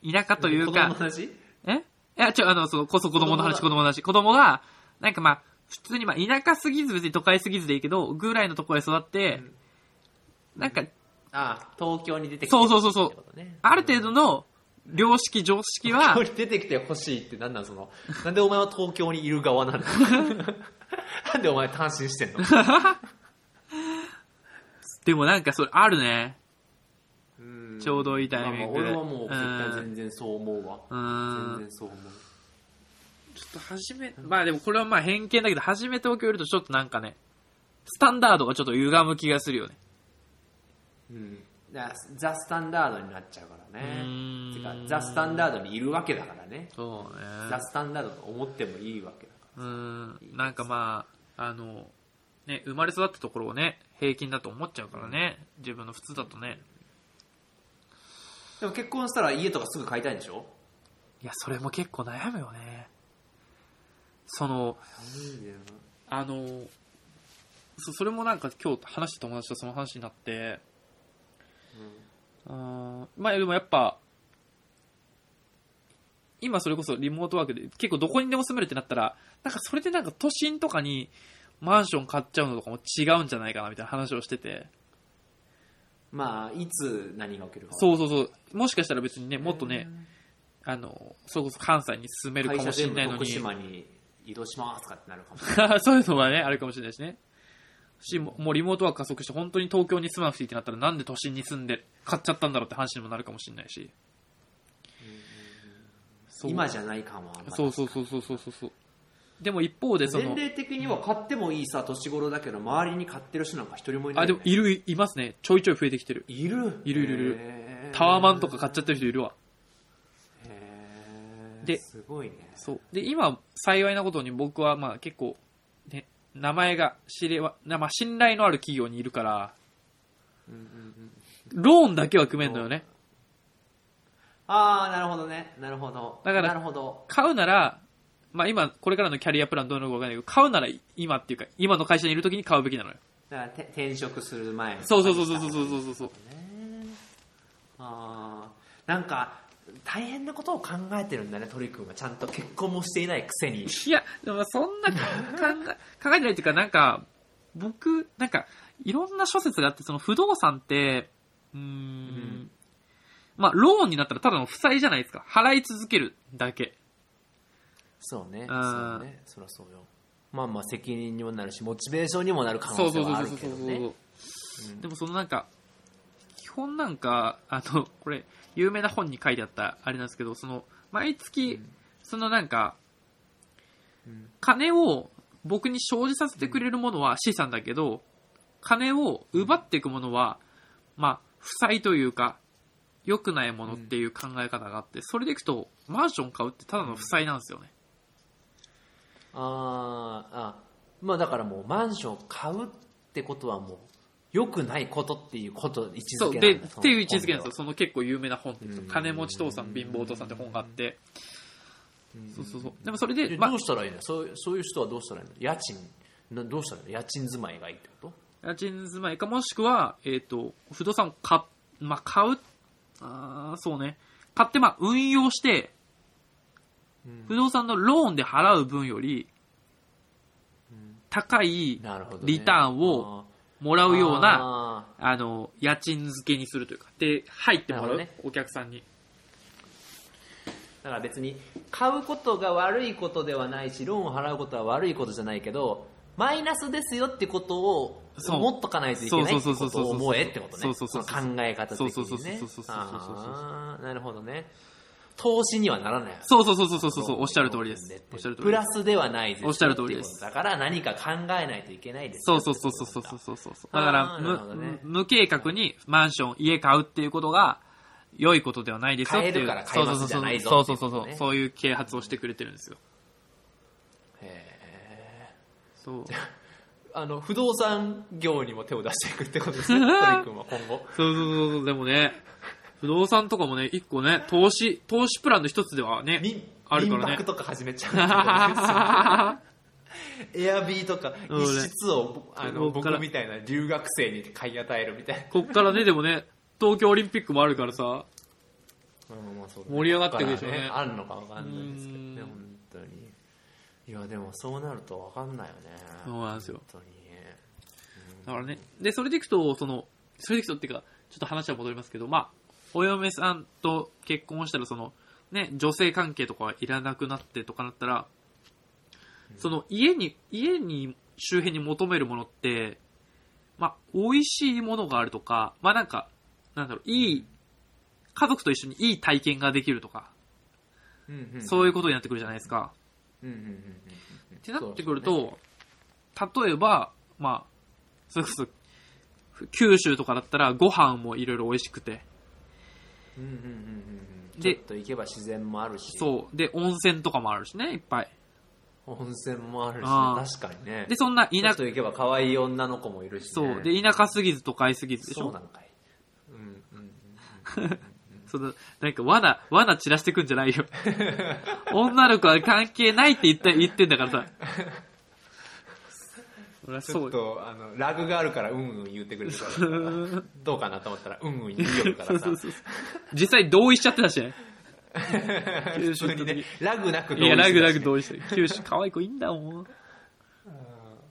田舎という子供のか、話えいや、ちょ、あの、そう、こそ子供の話、子子供の話。子供が、なんかまあ、普通にまあ、田舎すぎず、別に都会すぎずでいいけど、ぐらいのところで育って、なんか、ああ東京に出てきてそうそうそうそうってことねある程度の、良識、常識は、東京に出てきてほしいってなんなんその、 なんでお前は東京にいる側なの なんでお前単身してんのでもなんかそれあるね。うん ちょうどいいタイミングまであまあ俺はもう絶対全然そう思うわ。うーん全然そう思う。ちょっと初め、まあでもこれはまあ偏見だけど、初めて東京いるとちょっとなんかね、スタンダードがちょっと歪む気がするよね。うん。だからザ・スタンダードになっちゃうからうーね。んてか、ザ・スタンダードにいるわけだからね。そうね。ザ・スタンダードと思ってもいいわけだかうーん。なんかまあ、あの、ね、生まれ育ったところをね、平均だと思っちゃうからね。自分の普通だとね。ら。でも結婚したら家とかすぐ買いたいんでしょいや、それも結構悩むよね。その、あの、そそれもなんか今日話した友達とその話になって、うん、まあでもやっぱ、今それこそリモートワークで結構どこにでも住めるってなったら、なんかそれでなんか都心とかにマンション買っちゃうのとかも違うんじゃないかなみたいな話をしてて、まあ、いつ何が起きるか。そうそうそう、もしかしたら別にね、もっとね、あの、それこそ関西に住めるか会社もしれ全部ないの徳に、島に移動しますかってなるか も。そういうのはね、あるかもしれないしね。し、ももうリモートワーク加速して本当に東京に住まなくていいってなったらなんで都心に住んで買っちゃったんだろうって話にもなるかもしれないし。そう今じゃない感はあんまりそうそうそうそうそうそうそう。でも一方でそ年の、齢的には買ってもいいさ年頃だけど周りに買ってる人なんか一人もいないあ、でよもね、いる、いますね。ちょいちょい増えてきてる。いるいるいるいるへータワーマンとか買っちゃってる人いるわ。へーですごいねそう。で、今、幸いなことに僕はまあ結構、ね、名前が知れわ、なまあ信頼のある企業にいるから、ローンだけは組めんのよね。ああなるほどねなるほどだからなるほど買うなら、まあ今、これからのキャリアプランどうなるかわかんないけど、買うなら今っていうか、今の会社にいる時に買うべきなのよ。だからて転職する前そうそうそうそうそううそうそうそう。あーなんか大変なことを考えてるんだね鳥くんはちゃんと結婚もしていないくせにいや、でもそんな考 え、考えてないっていうか、なんか、僕、なんか、いろんな諸説があって、その不動産って、うーん,、んまあ、ローンになったらただの負債じゃないですか。払い続けるだけ。そうねうんそうねそりゃそうよまあまあ責任にもなるしモチベーションにもなる可そ能うそ性うそうはそあうるそけうどそう、ねうんでもそのなんか、基本なんか、あの、これ、有名な本に書いてあった、あれなんですけど、その、毎月、そのなんか、うん金を僕に生じさせてくれるものは資産だけど、金を奪っていくものは、まあ、負債というか、良くないものっていう考え方があって、それでいくと、マンション買うってただの負債なんですよね。あーあまあだからもうマンションを買うってことはもう良くないことっていうこと位置そづう、けで、なんだっていう位置づけなんですよ。よその結構有名な本でいくとうん金持ち父さん、貧乏父さんって本があって、そうそうそう。でもそれでで、まどうしたらいいのそうそういう人はどうしたらいいの家賃などうしたらいいの家賃住まいがいいってこと家賃住まいか、もしくは、えっ、と、不動産を買っ、まあ、買う、あーそうね。買って、まあ、運用して、不動産のローンで払う分より、高いなるほど、ね、リターンをもらうような、なあの、家賃付けにするというか、で、入ってもらう、なるほお客さんに。だから別に買うことが悪いことではないしローンを払うことは悪いことじゃないけどマイナスですよってことをそう持っとかないといけないそうってそうこそうとそうを思えってことね。そうそうそうそうの考え方的そうそうにそうねそうそうそうそうそう。そうあーなるほどね。投資にはならない。そうそうそうそうそうそう、おっしゃる通りです。おっしゃる通りでプラす。スではないです。おっしゃる通りですだから何か考えないといけないですそよ。うそうそうそうそうそうそうそうあだーから、なるほどむね無計画にマンション、家買うっていうことが良いことではないですよっていう。買えるから買いますじゃないぞそうそうそうそうっそうそうていうことそねう。そういう啓発をしてくれてるんですよ。へそう。ーあの、不動産業にも手を出していくってことですね、鳥くんは今後。そうそうそうそう、でもね、不動産とかもね、一個ね、投資、投資プランの一つでは ね、民あるから民ね泊。とか始めちゃうってあことですよ。エアビーとか、うんね一室を、あの、こっから僕みたいな留学生に買い与えるみたいな。こっからね、でもね、東京オリンピックもあるからさ、うんまあそうね盛り上がっていくでしょうねだからあるのかわかんないですけどね、うん本当に。いや、でもそうなるとわかんないよね。そうなんですよ本当にね。だからね、で、それでいくと、その、それでいくとっていうか、ちょっと話は戻りますけど、まあ、お嫁さんと結婚したら、その、ね、女性関係とかはいらなくなってとかなったら、その、家に、家に、周辺に求めるものって、まあ、美味しいものがあるとか、まあなんか、なんだろう、いい、家族と一緒にいい体験ができるとか、うんうんそういうことになってくるじゃないですか。うんうんうんうんうんってなってくると、例えば、まあ、それこそ、九州とかだったらご飯もいろいろ美味しくて、うんうんうんうんうんでちょっと行けば自然もあるし、そう。で、温泉とかもあるしね、いっぱい。温泉もあるしあね、ー確かにね。で、そんなちょ田っ舎、と行けば可愛い女の子もいるし、ね。そう。で、田舎すぎず都会すぎずでしそうなょんかい。うんうんその、なんか罠、罠散らしてくんじゃないよ。 女の子は関係ないって言った、言ってんだからさ。そりゃちょそっうよ。と、あの、ラグがあるから、うんうん言ってくれ るから、どうかなと思ったら、うんうん言いよるからさそう、そうそう 実際同意しちゃってたしね。普通にね、ラグなくいや、ラグラグう同意してる。九州可愛い子いいんだもん。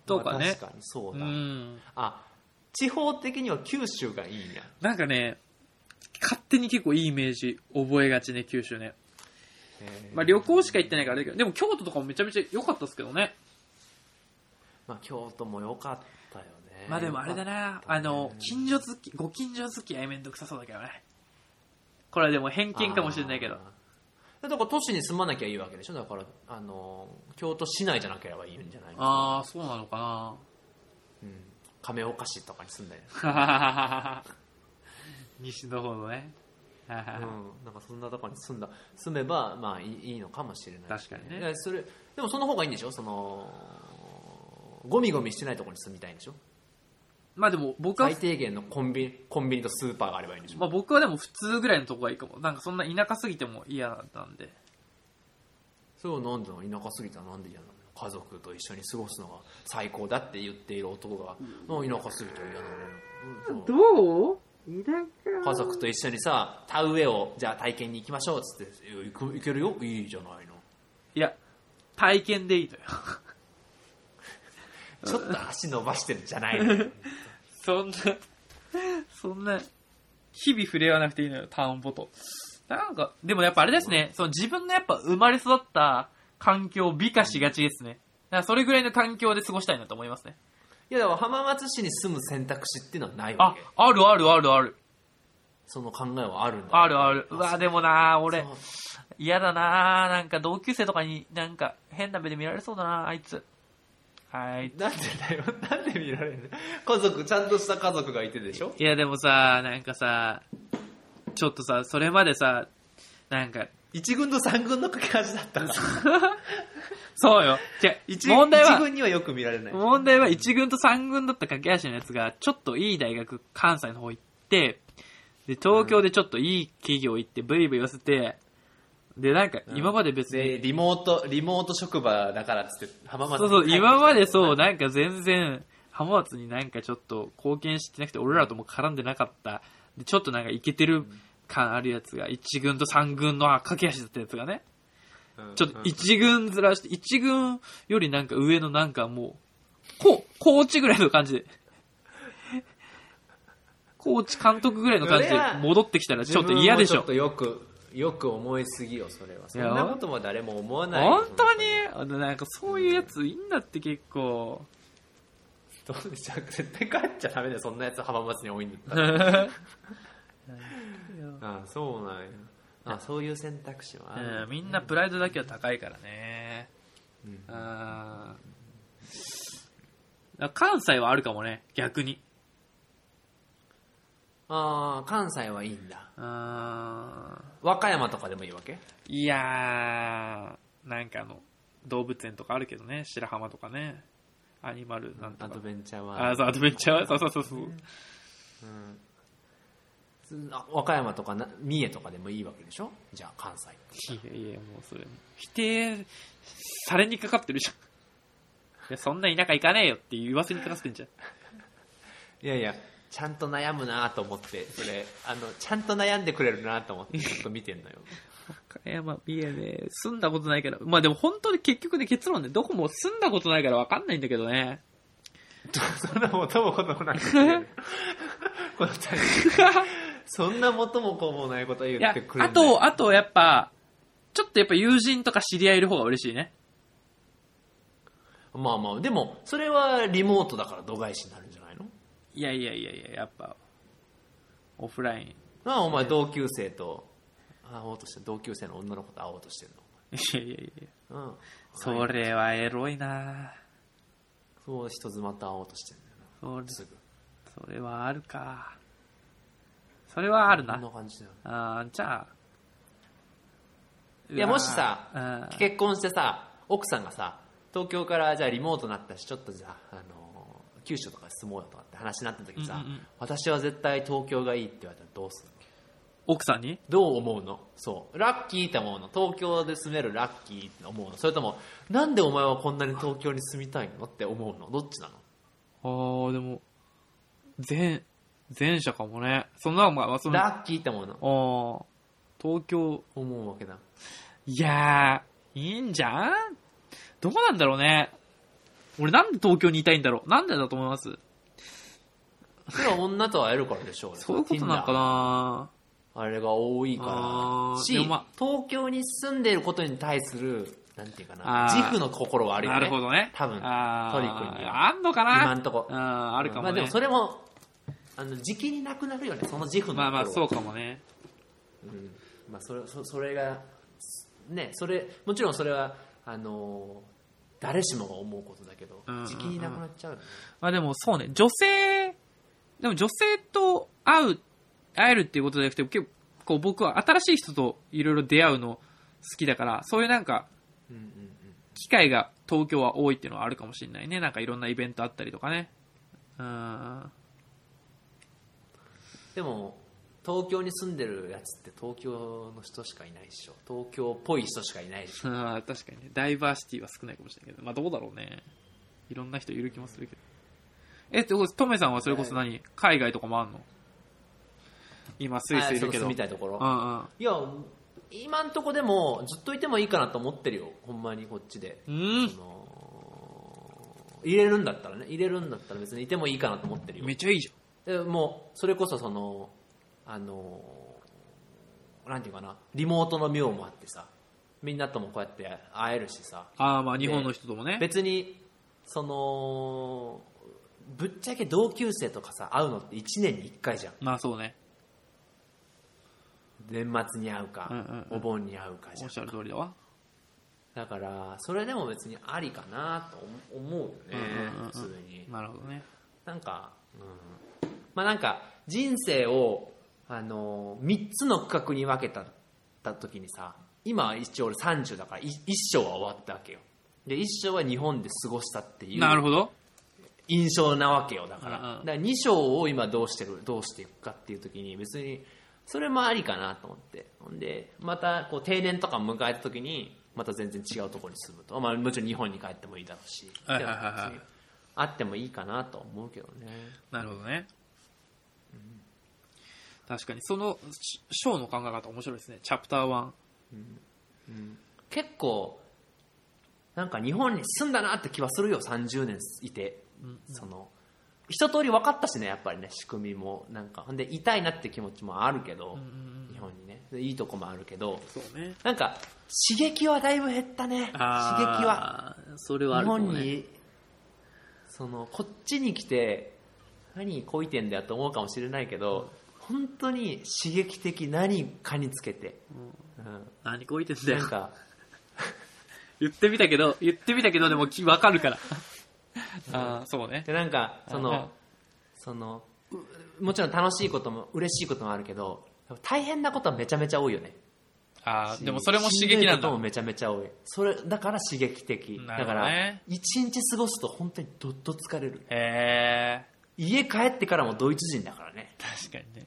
とかね確かにそううだ。ん。あ、地方的には九州がいいんや。なんかね、勝手に結構いいイメージ覚えがちね、九州ね。へーまあ旅行しか行ってないからあれだけど、でも京都とかもめちゃめちゃ良かったですけどね。まあ、京都も良かったよね。まあでもあれだな、あの、近所付き、ご近所付き合いめんどくさそうだけどね。これはでも偏見かもしれないけどあ。ー。だから都市に住まなきゃいいわけでしょだから、あの、京都市内じゃなければいいんじゃないああ、そうなのかうん。亀岡市とかに住んだよ。な 西の方のね。うん、なんかそんなとこに住んだ住めばまあいいいいのかもしれないし、確かにねいやそれでもその方がいいんでしょそのゴミゴミしてないとこに住みたいんでしょまあでも僕は最、低限のコンビニコンビニとスーパーがあればいいんでしょ、まあ僕はでも普通ぐらいのとこがいいかも。なんかそんな田舎すぎても嫌なんで。それをなんで田舎すぎたらなんで嫌なの家族と一緒に過ごすのが最高だって言っている男が、の田舎すぎたら嫌なのよ、うんそうどう田舎家族と一緒にさ田植えをじゃあ体験に行きましょうっつっていや行く行けるよいいじゃないのいや、体験でいいとよ。ちょっと足伸ばしてるじゃないのよそんな、そんな、日々触れ合わなくていいのよ、田んぼと。なんか、でもやっぱあれですね、その自分のやっぱ生まれ育った環境を美化しがちですね。だからそれぐらいの環境で過ごしたいなと思いますね。いやだから浜松市に住む選択肢っていうのはないわあけ、あるあるあるある。その考えはあるんだあるある。うわ、でもな俺そ、う嫌だななんか同級生とかになんか変な目で見られそうだなあいつ。はい。なんでだよ なんで見られるの家族ちゃんとした家族がいてでしょいやでもさ、なんかさ、ちょっとさ、それまでさ、なんか、一軍と三軍の掛け橋だったからそうよ。じゃあ一問題は一、軍にはよく見られない問題は1軍と3軍だった駆け足のやつが、ちょっといい大学、関西の方行って、で、東京でちょっといい企業行って、ブイブイ寄せて、で、なんか、今まで別に、でリモートリモート職場だからっつって浜松そうにそう、帰ってきた今までそう、なんか全然、浜松になんかちょっと貢献してなくて、俺らとも絡んでなかった、で、ちょっとなんかイケてる感あるやつが、1軍と3軍のあ駆け足だったやつがね、うんちょっと一軍ずらして、一軍よりなんか上のなんかもう、こう、コーチぐらいの感じで。コーチ監督ぐらいの感じそでれは戻ってきたらちょっと嫌でし自分もちょょっ。とよくよく思いすぎよそれはそいんやなことも誰も思わないよ本当にあのなんかそういうやついいんだって結構。どうでしょう絶対帰っちゃダメだよそんなやつ浜松に多いんだったら あそうなんやあそういう選択肢はある、みんなプライドだけは高いからね。ううんん。だから関西はあるかもね、逆に。ああ関西はいいんだうん。和歌山とかでもいいわけいやー、なんかあの、動物園とかあるけどね、白浜とかね。アニマルなんとアかド。ベンチャーはあ、そう、アドベンチャーそうそうそうそう。うんあ和歌山とかな三重とかでもいいわけでしょじゃあ関西いやいや、もうそれ、否定されにかかってるじゃん。いや、そんな田舎行かねえよって言わせにかかってんじゃん。いやいやちゃんと悩むなと思ってそれあのちゃんと悩んでくれるなと思ってちょっと見てんのよ和歌山、三重ね、住んだことないから、まあでも本当に結局ね、結論ね、どこも住んだことないから分かんないんだけど ね。 そんな元も子もないこと言う この二人そんな元も子もないこと言いやってく、るあんだよと、あとやっぱ、ちょっとやっぱ友人とか知り合いいる方が嬉しいね。まあまあでもそれはリモートだから度外視になるんじゃないのいやいやいやいや、やっぱ、オフライン。なあお前同級生と会おうとして同級生の女の子と会おうとしてんいやいやいや、のうんそれはエロいなそう人妻と会おうとしてんだよそれなすぐそれはあるか。それはあるこなんな。感じだよあーじゃあ。いやうわーもしさうん結婚してさ奥さんがさ東京からじゃあリモートになったしちょっとじゃあ、あのー九州とかに住もうよとかって話になった時にさ、うんうんうん私は絶対東京がいいって言われたらどうする奥さんにどう思うのそうラッキーって思うの東京で住めるラッキーって思うのそれともなんでお前はこんなに東京に住みたいのって思うのどっちなのああ、でも、前、前者かもね。そんな、まあ、その、あラッキーって思うのー東京、思うわけだいやー、いいんじゃんどうなんだろうね。俺なんで東京にいたいんだろうなんでだと思いますそれは女と会えるからでしょうそういうことなのかなあれが多いあかーらしでもま東京に住んでいることに対するなんていうかなあー自負の心はあるよねなるほどね。多分あートリ君にはあんのかな今んとこうん、あるかもね。まあでもそれもあの時期になくなるよねその自負の心まあまあ、そうう、かもね。うんまあ、それそそれがねそれもちろんそれはあのー誰しもが思うことだけど、うんうんうん時期になくなっちゃうよねまあでもそうね、女性、でも女性と会う、会えるっていうことじゃなくて、結構僕は新しい人といろいろ出会うの好きだから、そういうなんか、うんうんうん機会が東京は多いっていうのはあるかもしれないね。なんかいろんなイベントあったりとかね。うん。でも東京に住んでるやつって東京の人しかいないでしょ東京っぽい人しかいないでしょあー確かにね、ダイバーシティは少ないかもしれないけど、まあどうだろうね。いろんな人いる気もするけど。え、ってことトメさんはそれこそ何海外とかもあんの今、スイスいるけど。みたいところ、うんうん。いや今んとこでもずっといてもいいかなと思ってるよほんまにこっちで、うんその入れるんだったらね入れるんだったら別にいてもいいかなと思ってるよめっちゃいいじでもうそれこそそのあのなんていうかなリモートの妙もあってさみんなともこうやって会えるしさゃん。ああ、まあ日本の人ともね。別にそのぶっちゃけ同級生とかさ会うのって1年に1回じゃんまあそうね。年末に会うか、うんうんうんお盆に会うかおじゃんっしゃる通りだわ。だからそれでも別にありかなと思思うよね、うんうんうん普通になるほどね。なんか、うん、まあなんか人生をあの3つの区画に分けたた時にさ今一応俺30だからい一生は終わったわけよで一生は日本で過ごしたっていなるうほど。印象なわけよだからうんうんだから2章を今どうしてるどうしていくかっていう時に別にそれもありかなと思ってほんでまたこう定年とか迎えた時にまた全然違うところに住むと、まあ、もちろん日本に帰ってもいいだろうし、はいはいはいはいでも別にあってもいいかなと思うけどねなるほどね。確かに、その、し章の考え方面白いですね。チャプター1。結構なんか日本に住んだなって気はするよ30年いて、その一通り分かったしねやっぱりね仕組みもなんかほんで痛いなって気持ちもあるけど、日本にねでいいとこもあるけどそうね。なんか刺激はだいぶ減ったね刺激はあー。それはあ日るかも本ね。にそのこっちに来て何こいてんだよと思うかもしれないけど、本当に刺激的何かにつけて、うん何こいてんだなんよ。か言ってみたけど、言ってみたけど、でもきわかるから。 ああ、そうね。でなんかその、はいそのうもちろん楽しいことも嬉しいこともあるけどやっぱ大変なことはめちゃめちゃ多いよねああ、でもそれも刺激なんしどいことだも。めちゃめちゃ多いそれだから刺激的、なるほだかどらね一日過ごすと本当にどっと疲れるへえ、家帰ってからもドイツ人だからね確かにね。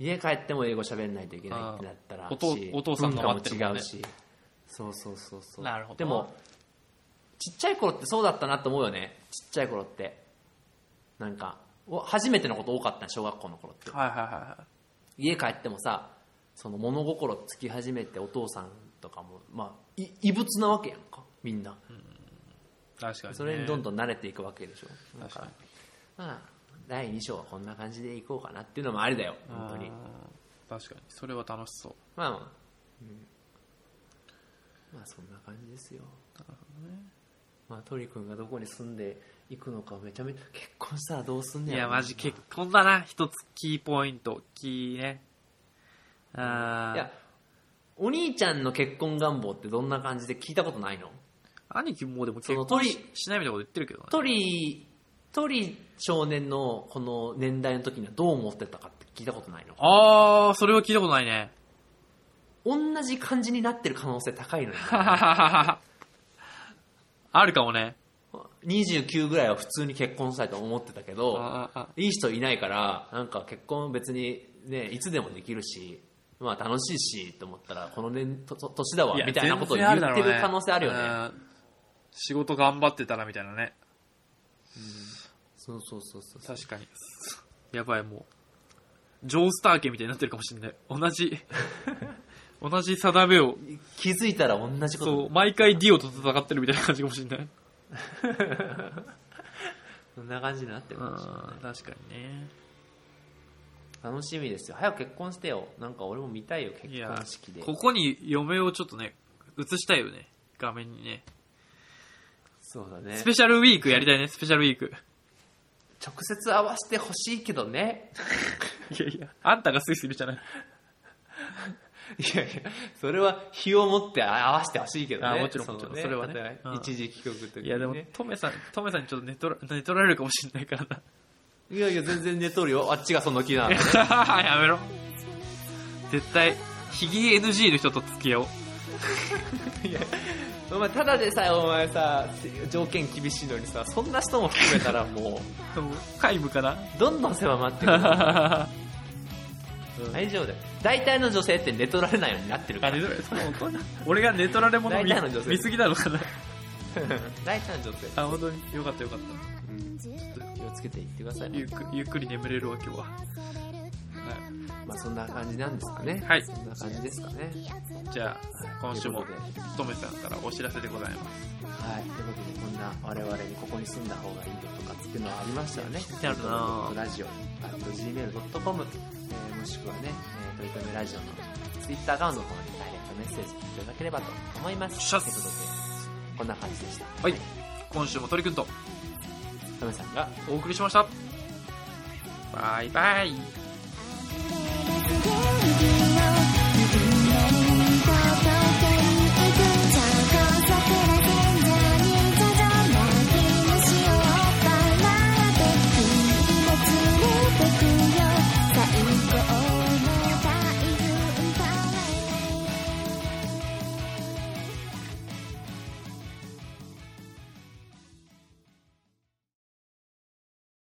家帰っても英語喋んないといけないってなったらあーお父しお父さんが待ってる文も化んもね違うしそうそうそうそうなるほどでもちっちゃい頃ってそうだったなと思うよねちっちゃい頃ってなんかお初めてのこと多かったね小学校の頃ってはいはいはいはい。家帰ってもさその物心つき始めてお父さんとかもまあい異物なわけやんかみんな確かに、ね。それにどんどどん慣れていくわけでしょだ確かからに。まあ第2章はこんな感じでいこうかなっていうのもありだよ本当にあー確かに。それは楽しそう。まあ、うん、まあそんな感じですよまあ鳥くんがどこに住んでいくのかめちゃめちゃ結婚したらどうすんねいやや、ろマジ結婚だな。一つキーポイント。キーね。あいあや。お兄ちゃんの結婚願望ってどんな感じで聞いたことないの兄貴もでもそ結の婚し鳥しないみたいなこと言ってるけどね。鳥鳥少年のこの年代の時にはどう思ってたかって聞いたことないのあー、それは聞いたことないね。同じ感じになってる可能性高 いのよあるかもね。 29ぐらいは普通に結婚したいと思ってたけどあああいい人いないから、なんか結婚別にね、いつでもできるし、まあ楽しいし、と思ったら、この年、とと年だわ、みたいなことを言ってる可能性あるよね。うん仕事頑張ってたらみたいなね。そうそうそうそう。確かに。やばい、もう。ジョースター家みたいになってるかもしれない。同 じ、同じ定めを、気づいたら同じこそとう、毎回ディオと戦ってるみたいな感じかもしれない。。そんな感じになってるうかもしれないん、確かにね。楽しみですよ。早く結婚してよ。なんか俺も見たいよ、結いや婚式で。ここに嫁をちょっとね、映したいよね。画面にね。そうだねス。ペシャルウィークやりたいね、スペシャルウィーク。直接会わせてほしいけどね。いやいや、あんたがスイスいるじゃない。いやいや、それは日を持って会わせてほしいけどね。あもちろんもちろんのねそれはね例えばうん一時帰国とか、ね。いやでも、トメさん、トメさんにちょっと寝取ら寝取られるかもしれないからな。いやいや、全然寝とるよ。あっちがその気な の。やめろ。絶対、ヒゲ NG の人と付き合おう。お前ただでさえお前さ条件厳しいのにさそんな人も含めたらも でも皆無 かなうどんどん狭まってくるあ 大丈夫だよ大体の女性って寝取られないようになってるから寝取られそう本当に俺が寝取られ者見大体の女性見すぎなの かな大体の女性あ、本当に。よかったよかった。ちょっと気をつけていってくださいゆっくゆっくり眠れるわ、今日は。まあそんな感じなんですかねはいそんな感じですかねはい。じゃあ、今週もということで、トメさんからお知らせでございます。はいということでこんな我々にここに住んだ方がいいよとかっていうのはありましたよね気になるなラジオ gmail.com、えーもしくはね、えー、取り留めラジオのツイッターアカウントの方にダイレクトメッセージいただければと思いまシすャッということでこんな感じでしたはい。今週も鳥くんとトメさんがお送りしました。バイバイ。 「君の手を握って